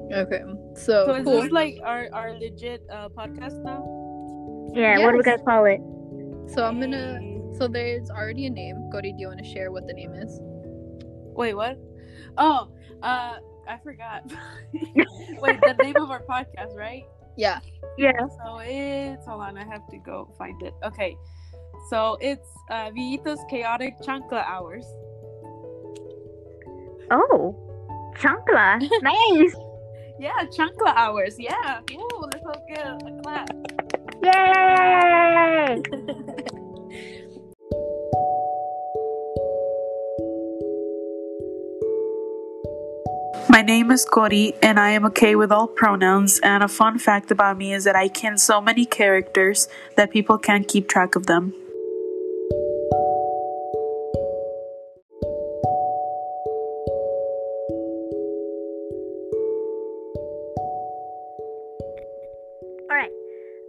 Okay. So, So is cool. this like our our legit uh, podcast now? Yeah, what are we Yes. gonna call it? So I'm gonna. Yay. So there's already a name. Cody, do you want to share what the name is? Wait, what? Oh, uh, I forgot. Wait, the name of our podcast, right? Yeah. Yeah. So it's hold on, I have to go find it. Okay, so it's uh, Villita's chaotic chancla hours. Oh, chancla. nice. Yeah, chancla hours. Yeah. Ooh, let's all get a a clap. Yay! My name is Cori, and I am okay with all pronouns. And a fun fact about me is that I can so many characters that people can't keep track of them. All right.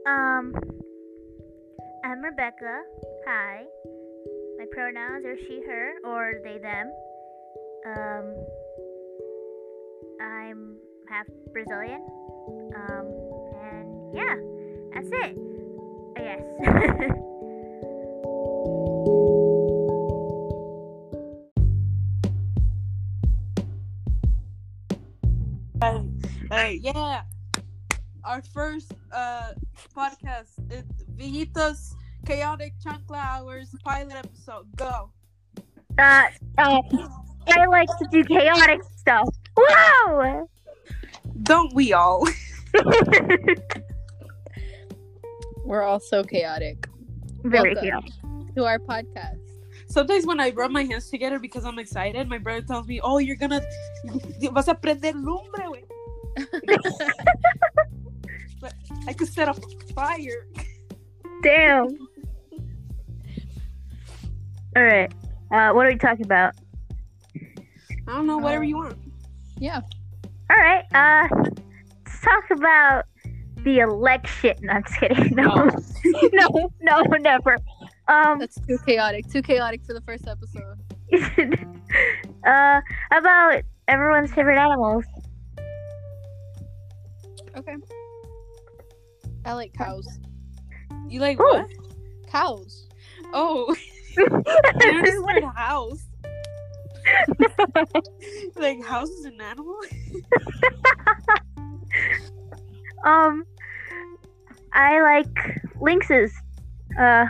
Um, I'm Rebecca. Hi. My pronouns are she, her, or they, them. Um, I'm half Brazilian. Um, and yeah, that's it. I guess. Hey, yeah. Our first uh, podcast, it, Villita's Chaotic Chancla Hours pilot episode. Go. uh, uh, I like to do chaotic stuff. Whoa! Don't we all? We're all so chaotic. Very Welcome. chaotic. To our podcast. Sometimes when I rub my hands together because I'm excited, my brother tells me, "Oh, you're gonna, vas a prender lumbre, güey." But I could set up a fire. Damn. All right. Uh, what are we talking about? I don't know, whatever Oh. you want. All right. Uh, let's talk about the election. No, I'm just kidding. No, Oh. no, no, never. Um, That's too chaotic. Too chaotic for the first episode. uh, about everyone's favorite animals. Okay. I like cows. You like Oh. what? Cows. Oh, you just I said house. like house is an animal. um, I like lynxes. Uh,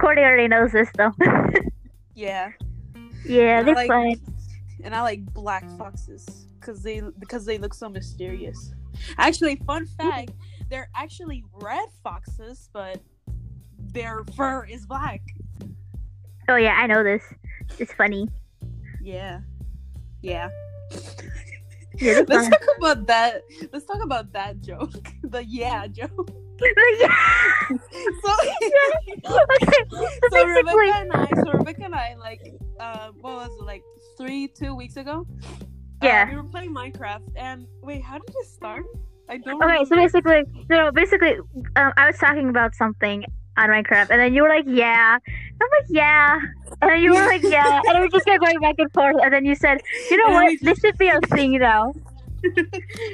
Cordy already knows this though. Yeah, yeah, I they're like- fun. and I like black foxes because they because they look so mysterious. Actually, fun fact: they're actually red foxes, but their fur is black. Oh yeah, I know this. It's funny. Yeah, yeah. Yeah, they're Let's fun. talk about that. Let's talk about that joke. The yeah joke. yeah. So. okay. So so Rebecca basically, and I, so Rebecca and I, like, uh, what was it, like three, two weeks ago? Yeah. Uh, we were playing Minecraft, and wait, how did it start? I don't. okay. So remember. basically, no, no, basically, um, I was talking about something on Minecraft, and then you were like, "Yeah," I'm like, "Yeah," and then you were like, "Yeah," and we just kept going back and forth, and then you said, "You know And what? we This should be a thing now."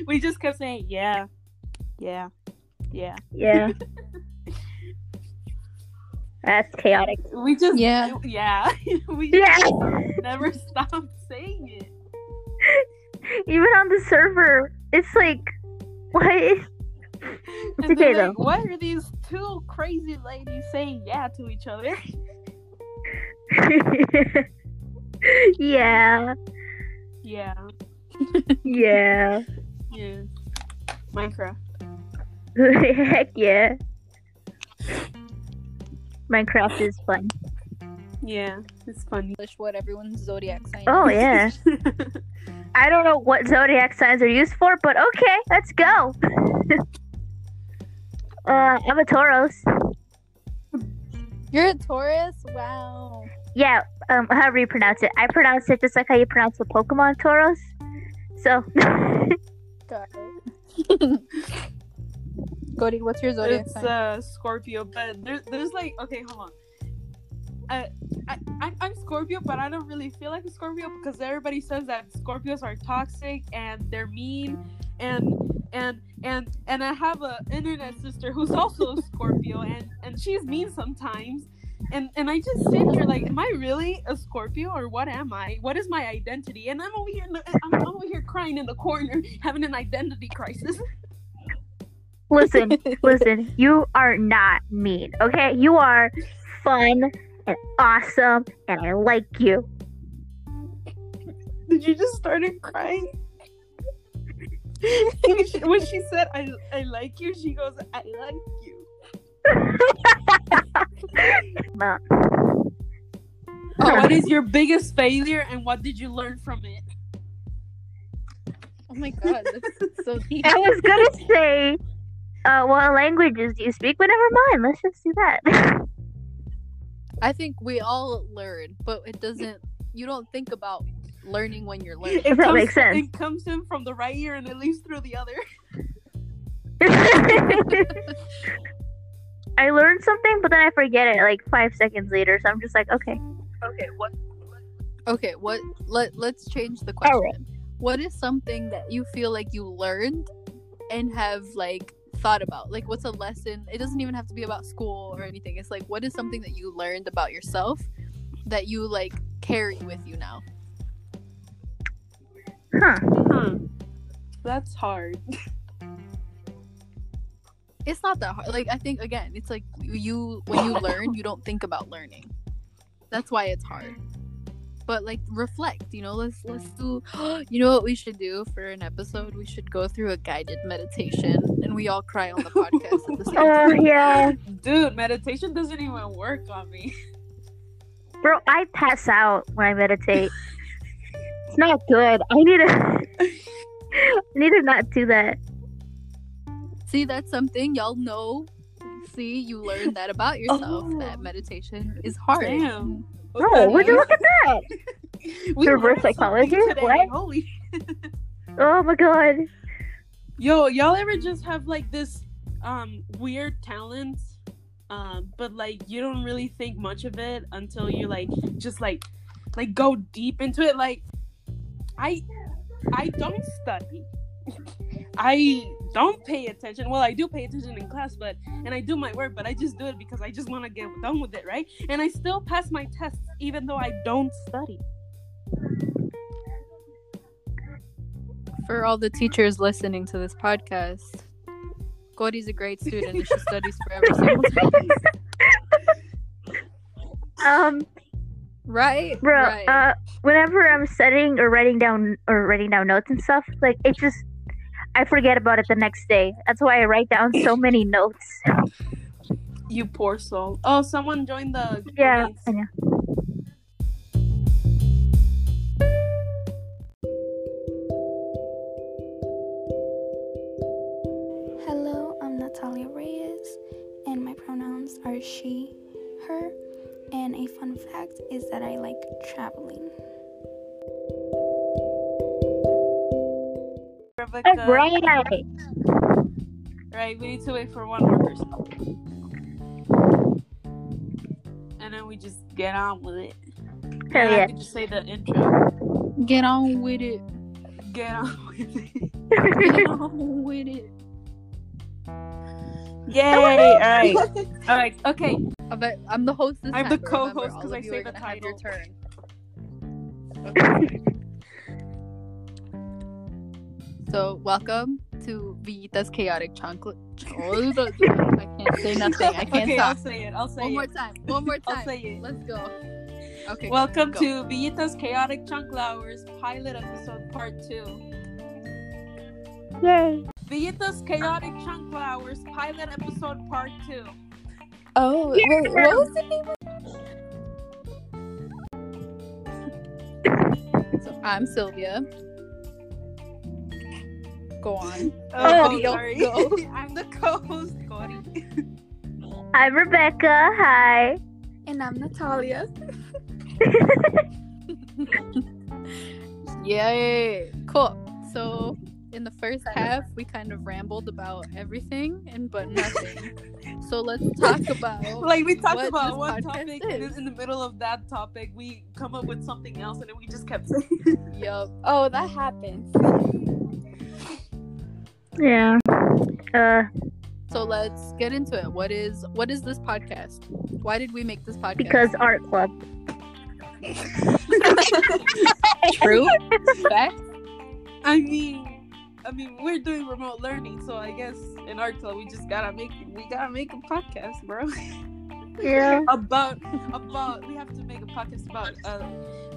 we just kept saying, yeah, yeah, yeah. Yeah. That's chaotic. We just, Yeah. yeah. we Yeah. just never stopped saying it. Even on the server, it's like, what? It's And okay, they're though. like, why are these two crazy ladies saying yeah to each other? yeah. yeah, Yeah. yeah. Minecraft. Heck yeah. Minecraft is fun. Yeah, it's funny. English what everyone's zodiac sign. Oh yeah. I don't know what zodiac signs are used for, but okay, let's go. uh, I'm a Taurus. You're a Taurus? Wow. Yeah, um, however you pronounce it. I pronounce it just like how you pronounce the Pokemon Tauros. So, Got it. Cody, uh, what's your zodiac it's sign? uh, Scorpio, but there, there's like okay, hold on. I, I, I'm, I'm Scorpio, but I don't really feel like a Scorpio because everybody says that Scorpios are toxic and they're mean, and and and and I have a internet sister who's also a Scorpio, and and she's mean sometimes, and and I just sit here like, am I really a Scorpio or what am I? What is my identity? And I'm over here, in the- I'm over here crying in the corner, having an identity crisis. Listen, listen, you are not mean, okay? You are fun and awesome, and I like you. Did you just started crying? when, she, when she said, I, I like you, she goes, I like you. But what is your biggest failure and what did you learn from it? Oh my god, this is so deep. I was gonna say, uh, what languages do you speak? But never mind, let's just do that. I think we all learn, but it doesn't. You don't think about learning when you're learning. If that makes sense. It comes in from the right ear and it leaves through the other. I learned something, but then I forget it like five seconds later, so I'm just like, okay. Okay, what? Okay, what? Let Let's change the question. All right. What is something that you feel like you learned and have like thought about? Like, what's a lesson? It doesn't even have to be about school or anything. It's like, what is something that you learned about yourself that you like carry with you now? Huh. That's hard. It's not that hard. Like, I think again, it's like you when you learn, you don't think about learning. That's why it's hard. But like, reflect. You know, let's let's do. You know what we should do for an episode? We should go through a guided meditation, and we all cry on the podcast at the same time. Oh yeah. Dude, meditation doesn't even work on me. Bro, I pass out when I meditate. it's not good. I need to I need to not do that. See, that's something y'all know. See, you learned that about yourself. Oh. That meditation is hard. Damn. Oh, would you look at that? We Reverse learned something psychology? today. What? Holy Oh my god. Yo, y'all ever just have like this um weird talent, um, but like you don't really think much of it until you like just like like go deep into it. Like I I don't study. I don't pay attention. Well, I do pay attention in class, but and I do my work, but I just do it because I just want to get done with it, right? And I still pass my tests even though I don't study. For all the teachers listening to this podcast, Cody's a great student and she studies for every single time. Um Right? bro, right. uh whenever I'm studying or writing down or writing down notes and stuff, like it just I forget about it the next day. That's why I write down so many notes. You poor soul. Oh, someone joined the Yeah, comments. I know. Hello, I'm Natalia Reyes, and my pronouns are she, her. And a fun fact is that I like traveling. Rebecca. Right. Right, we need to wait for one more person. And then we just get on with it. Hell And I yeah. could just say the intro. Get on with it. Get on with it. Get on with it. Yay! Alright. Alright, okay. I bet I'm the host this I'm time, the but remember, co-host all 'cause of I you say are the gonna have Your turn. So welcome to Vita's chaotic chocolate. I can't say nothing. I can't okay, I'll talk. say it. I'll say One it. more time. One more I'll time. say it. Let's go. Okay. Welcome go. to Villita's Chaotic Chunk Hours pilot episode part two. Yay. Villita's Chaotic Chunk Hours pilot episode part two. Oh wait, what was the name? of- so I'm Sylvia. Go on. Oh, Cody, don't sorry. go. I'm the co-host, Cody. I'm Rebecca. Hi. And I'm Natalia. Yay! Cool. So in the first half we kind of rambled about everything and but nothing. so let's talk about Like we talked What about this one podcast topic, and is. then in the middle of that topic, we come up with something else, and then we just kept saying. yup. Oh, that happens. Yeah. Uh, So let's get into it. What is what is this podcast? Why did we make this podcast? because art club. true fact. I mean, I mean, we're doing remote learning, so I guess in our club we just gotta make we gotta make a podcast, bro. Yeah. about about we have to make a podcast about uh,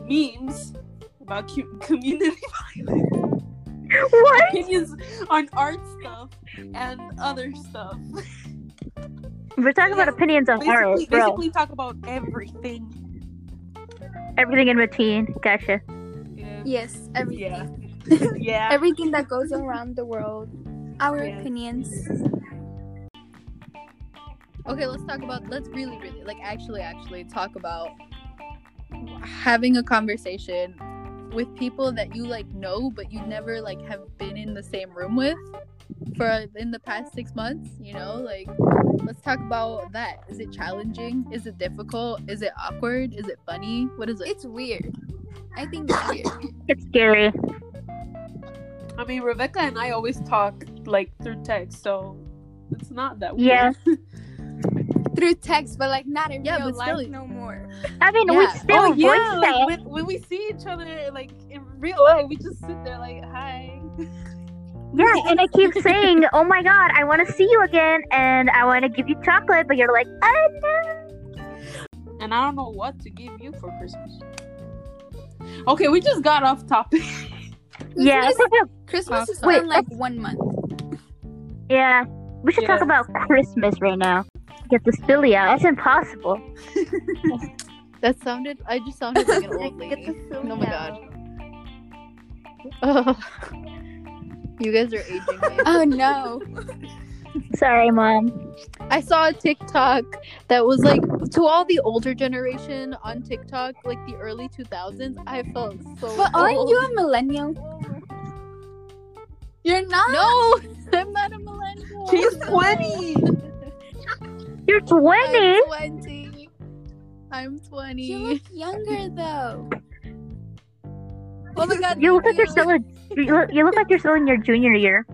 memes about cu- community violence, What? opinions on art stuff and other stuff. We're talking about opinions of art, Basically, bro. basically talk about everything. Everything in between. Gotcha. Yeah. Yes, everything. Yeah. yeah. Everything that goes around the world. Our Yes. opinions. Okay, let's talk about let's really really like actually actually talk about having a conversation with people that you like know but you never like have been in the same room with for in the past 6 months, you know? Like let's talk about that. Is it challenging? Is it difficult? Is it awkward? Is it funny? What is it? It's weird. I think it's weird. It's scary. I mean, Rebecca and I always talk like through text, so it's not that weird. Yeah. Through text, but like not in Yeah, real but life still- no more. I mean, we Yeah. still oh yeah, voice like, that. when, when we see each other like in real life, we just sit there like, hi. Yeah, and I keep saying, "Oh my god, I want to see you again, and I want to give you chocolate," but you're like, "I know." And I don't know what to give you for Christmas. Okay, we just got off topic. Yeah, Christmas is Wait, in like one month. yeah. We should talk Yeah. about Christmas right now. Get this Philly out. That's impossible. That sounded I just sounded like an old Get lady. this Philly Oh my out. Ugh. you guys are aging me. Oh no. Sorry, mom. I saw a TikTok that was like to all the older generation on TikTok, like the early 2000s. I felt so. But aren't Oh. old. you a millennial? You're not? No, I'm not a millennial. She's 20. You're 20. I'm 20. I'm 20. You look younger though. oh my god. You look like you're you- still a, you, look, you look like you're still in your junior year.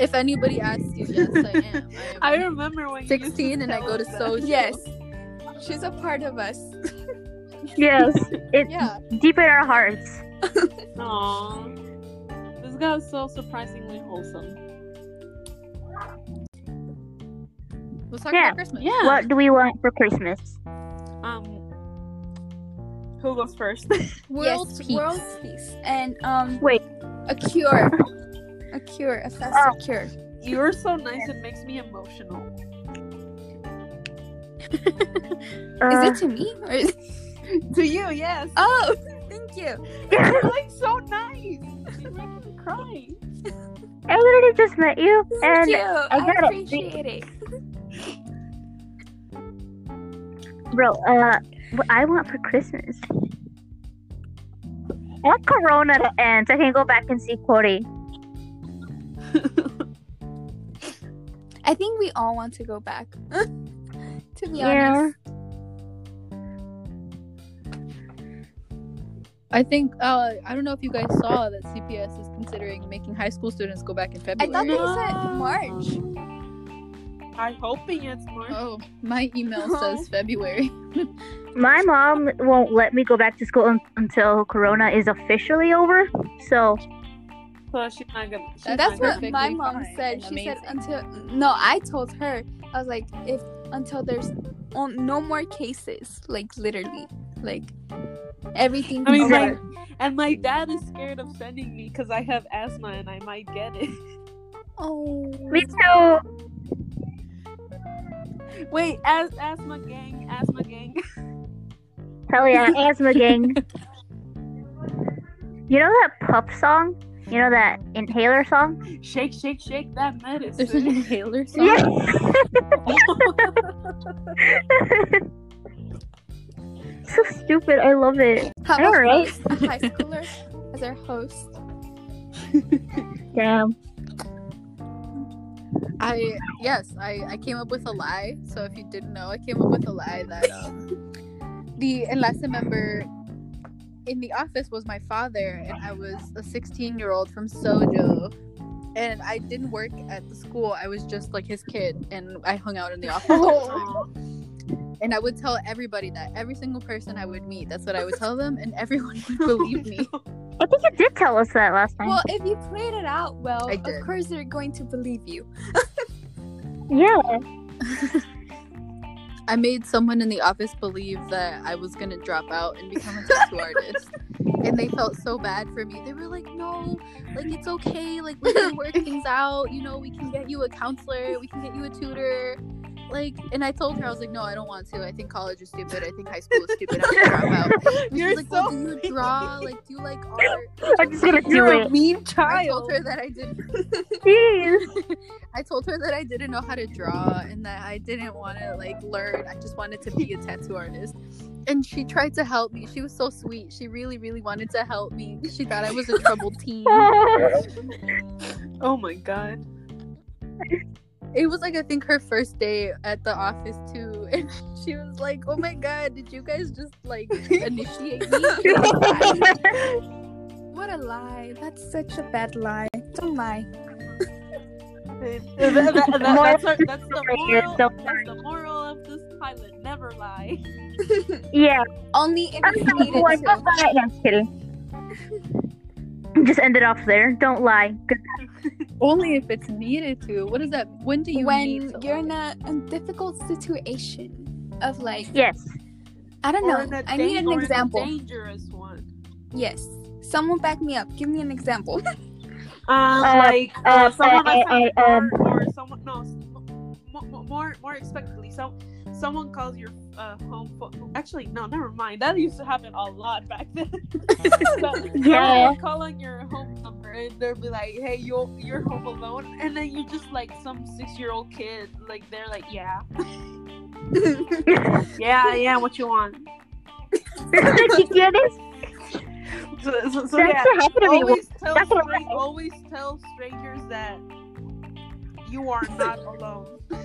If anybody asks you, yes, I am. I I am remember when you used to 16 and I tell go to us that. social. Yes. She's a part of us. Yes, it Yeah. deep in our hearts. Aww. This got so surprisingly wholesome. Let's talk Yeah. about Christmas. Yeah. What do we want for Christmas? Um. Who goes first? World Yes, peace. peace. World peace. And um Wait. A cure. A cure. A faster cure. You're so nice. It makes me emotional. Uh, Is it to me? Or is... To you, yes. Oh thank you. Uh, You're like so nice. You make me cry. I literally just met you, Thank and you. I, gotta think- appreciate it. Bro, uh, what I want for Christmas. I want Corona to end so I can go back and see Cody. I think we all want to go back. to be Yeah. honest. I think, uh, I don't know if you guys saw that CPS is considering making high school students go back in I February. thought they said March. I'm hoping it's March. Oh, my email says February. My mom won't let me go back to school un- until Corona is officially over. So, So she's not gonna. she's That's That's not gonna- what my perfectly mom fine said. and She said amazing. until no, I told her I was like if until there's on, no more cases, like literally, like everything. I mean, is like- over. And my dad is scared of sending me because I have asthma and I might get it. oh, me too. Wait, as asthma gang, asthma gang. Hell yeah, asthma gang. You know that pup song? You know that inhaler song? shake, shake, shake that There's an medicine. inhaler song. Yeah. so stupid. I love it. how All about right. those high schooler? as our host. Damn. I yes, I I came up with a lie. So if you didn't know, I came up with a lie that um, the enlace member in the office was my father, and I was a 16 year old from Sojo, and I didn't work at the school. I was just like his kid, and I hung out in the office. all the time. And I would tell everybody that every single person I would meet. That's what I would tell them, and everyone would believe me. I think you did tell us that last time. Well, if you played it out well, I of did. course they're going to believe you. yeah. I made someone in the office believe that I was gonna drop out and become a tattoo artist. And they felt so bad for me. They were like, no, like it's okay, like we can work things out, you know, we can get you a counselor, we can get you a tutor. Like and I told her, I was like, No, I don't want to. I think college is stupid, I think high school is stupid, I'm gonna drop out. And You're she's like, well, so do you draw? Like, do you like art? I'm just gonna do You're a it. mean I told child. her that I did Jeez. I told her that I didn't know how to draw and that I didn't want to like learn. I just wanted to be a tattoo artist. And she tried to help me. She was so sweet. She really, really wanted to help me. She thought I was a troubled teen. Oh my god. It was like I think her first day at the office too, and she was like, "Oh my god, did you guys just like initiate me?" What a lie. That's such a bad lie. Don't lie. That- that- that- that's, our- that's the Moral- moral, Don't that's the moral of this pilot. Never lie. yeah. Only if I'm you not needed going to. to lie. No, I'm just kidding. just end it off there. Don't lie. Good. Only if it's needed to. What is that? When do you when need to you're in lie? a, a difficult situation of like Yes. I don't Or in know. a I need dan- an or in a example. dangerous one. Yes. Someone back me up. Give me an example. Um, Uh, like uh, uh, someone I- I- that's at I, your um, door or someone no, s- m- m- more more expectantly, some someone calls your uh, home phone. Actually, no, never mind. That used to happen a lot back then. But Yeah. someone will call on your home number and they'll be like, "Hey, you you're home alone," and then you're just like some six year old kid. Like they're like, "Yeah, yeah, yeah. What you want?" you get it? So, so, so That's yeah. what happened to me. always tell That's what stra- I- always tell strangers that you are not alone. no,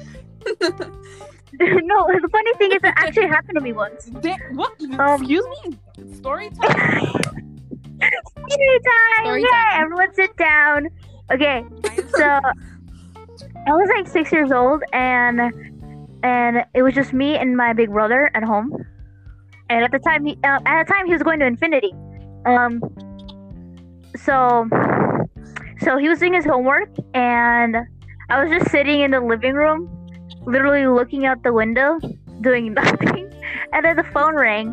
the funny thing is that actually happened to me once. They- what? Um, Excuse me. Story time. Story time! Story Yay! time. Everyone sit down. Okay, so I was like six years old, and and it was just me and my big brother at home. And at the time, he uh, at the time he was going to Infinity. Um. So, so he was doing his homework, and I was just sitting in the living room, literally looking out the window, doing nothing. And then the phone rang,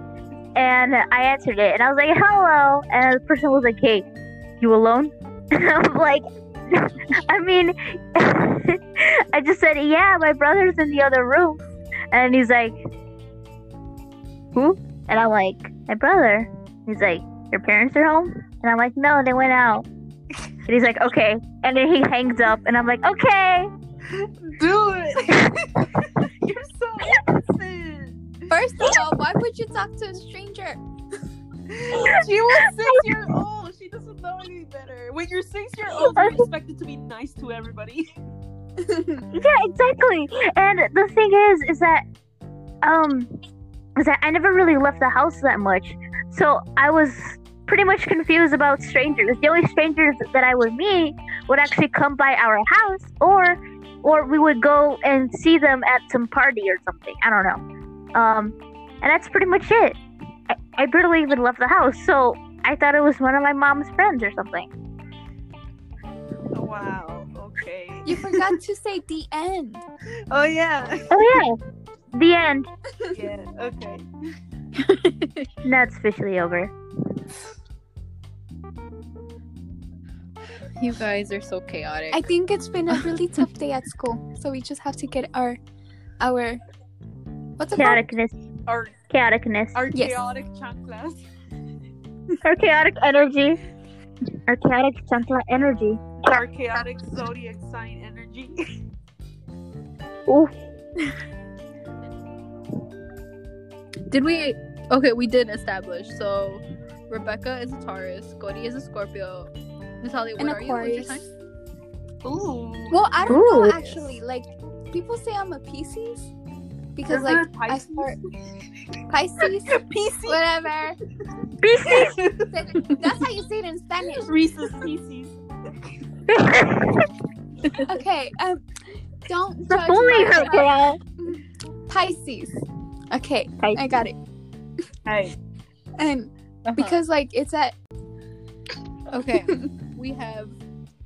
and I answered it, and I was like, "Hello," and the person was like, "Hey, you alone?" And I was like, "I mean, I just said, yeah, my brother's in the other room," and he's like, "Who?" And I'm like, "My brother." He's like, "Your parents are home?" And I'm like, "No, they went out." And he's like, "Okay," and then he hangs up, and I'm like, "Okay." Do it. You're so innocent. First of all, why would you talk to a stranger? She was six years old. She doesn't know any better. When you're six years old, you're expected to be nice to everybody. Yeah, exactly. And the thing is, is that um, is that I never really left the house that much, so I was pretty much confused about strangers. The only strangers that I would meet would actually come by our house, or or we would go and see them at some party or something. I don't know. Um, and that's pretty much it. I, I barely even left the house, so I thought it was one of my mom's friends or something. Wow. Okay. You forgot to say the end. Oh yeah. Oh yeah, the end. Yeah. Okay. Now it's officially over. You guys are so chaotic. I think it's been a really tough day at school, so we just have to get our our what's it called? Chaoticness. Our Chaoticness. our Yes. chaotic chanclas. Our chaotic energy. Our chaotic chancla energy. Our chaotic zodiac sign energy. Ooh. Did we? Okay, we did establish. So Rebecca is a Taurus. Cody is a Scorpio. Natalia, what an are you? What's your Aquarius. sign? Ooh. Well, I don't Ooh. know actually. Like people say I'm a Pisces because like I start Pisces, Pisces. whatever. Pisces. That's how you say it in Spanish. Reese's Pisces. Okay, um, don't judge Stop bullying her, my- girl. Pisces. Okay, I got it. Hey. And Uh-huh. because like it's at okay, we have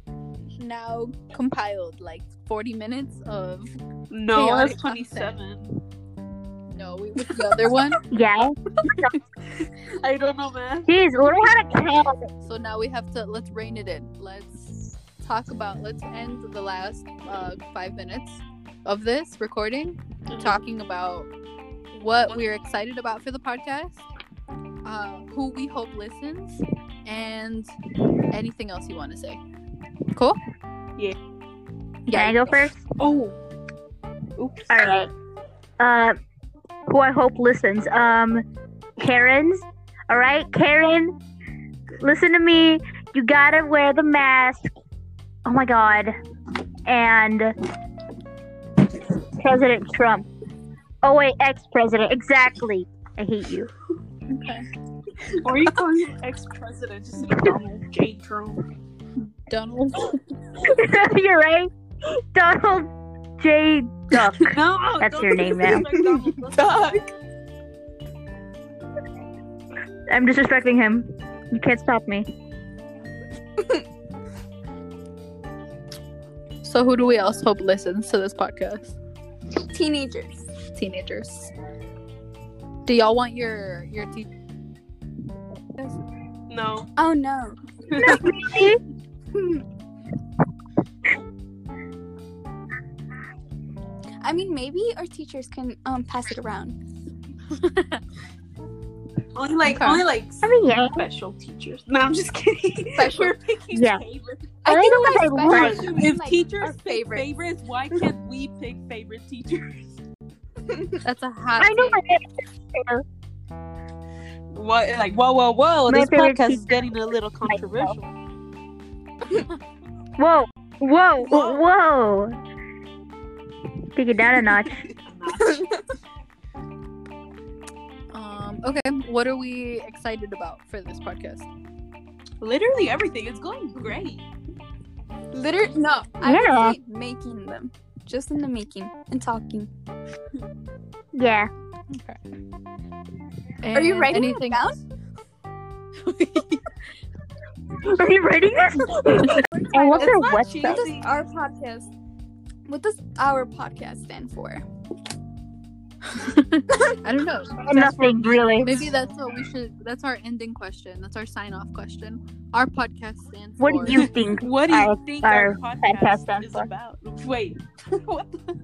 um, now compiled like 40 minutes of No, Chaotic that's 27. no, we with the other one. Yeah. I don't know, man. Jeez, we don't have to count. So now we have to let's rein it in. Let's talk about let's end the last uh, five minutes of this recording talking about what we're excited about for the podcast, uh, who we hope listens, and anything else you want to say. Cool? Yeah. Can I go first? Oh. Oops. All right. Uh, who I hope listens. Um, Karen's. All right, Karen. Listen to me. You gotta wear the mask. Oh my God. And President Trump. Oh wait, ex-president. Exactly. I hate you. Or you call him ex-president, just like Donald J. Trump. Donald. You're right. Donald J. Duck. No, That's don't your name now. disrespect Donald Duck. I'm disrespecting him. You can't stop me. So who do we else hope listens to this podcast? teenagers. Teenagers. Do y'all want your your te- No. Oh no. I mean, maybe our teachers can um pass it around. Only like Okay. only like I mean, yeah. special teachers. No, I'm just kidding. Special. We're picking Yeah. favorites. I I think know by what I special, you mean, If like, our teachers pick favorite. favorites, why can't we pick favorite teachers? That's a hot. I know take. my What like whoa whoa whoa! My this favorite podcast is teacher getting a little controversial. Whoa, whoa, whoa, whoa. Take it down a notch. Um, okay, what are we excited about for this podcast? Literally everything. It's going great. Liter no, I Yeah. would say making them. Just in the making and talking. Yeah. Are you And writing it anything down? else? Are you ready? I What love their not website. does our podcast what does our podcast stand for? I don't know. That's what- Nothing really. Maybe that's what we should. That's our ending question. That's our sign off question. Our podcast stands What for- do you think? What do you Our- think our, our podcast, podcast stands is for? about? Wait, what the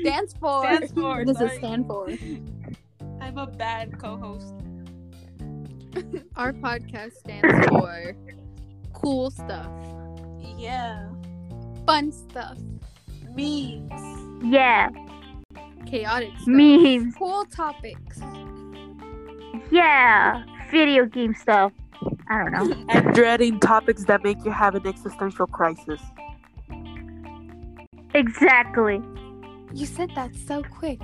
Stands for stands for? does it Sorry. stand for? I'm a bad co-host. Our podcast stands for cool stuff, Yeah, fun stuff. memes. Yeah, chaotic stuff, memes. Cool topics. Yeah, video game stuff. I don't know. And dreading topics that make you have an existential crisis. Exactly. You said that so quick.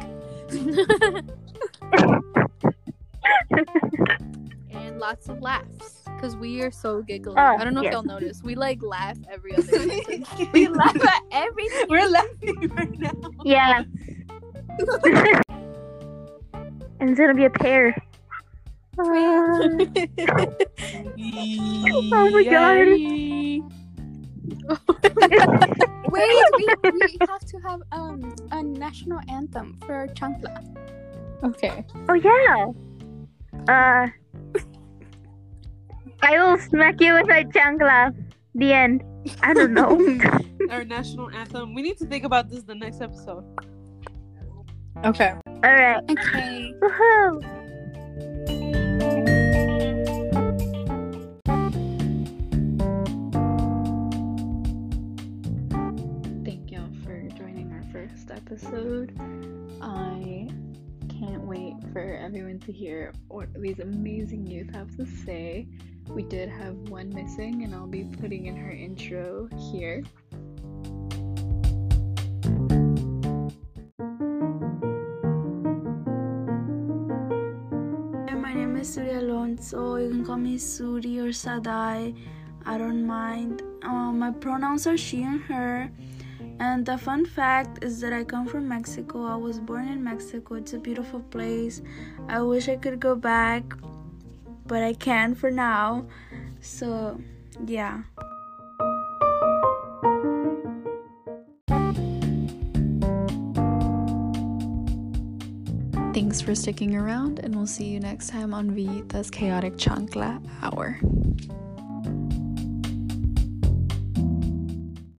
and lots of laughs because we are so giggly. Oh, I don't know if yes. y'all notice. We like laugh every other. sentence. We laugh at everything. We're laughing right now. Yeah. and it's gonna be a pair. Uh, oh my God. Wait, we, we have to have um a national anthem for Chancla. okay. oh yeah. Uh, I will smack you with my chancla. The end. I don't know. Our national anthem. We need to think about this the next episode. Okay. All right. Okay. Woohoo. thank y'all for joining our first episode. I can't wait for everyone to hear what these amazing youth have to say. We did have one missing, and I'll be putting in her intro here. My name is Suri Alonso. You can call me Suri or Sadai. I don't mind. Uh, my pronouns are she and her. And the fun fact is that I come from Mexico. I was born in Mexico. It's a beautiful place. I wish I could go back, but I can't for now. So, yeah. Thanks for sticking around, and we'll see you next time on Vitas Chaotic Chancla Hour.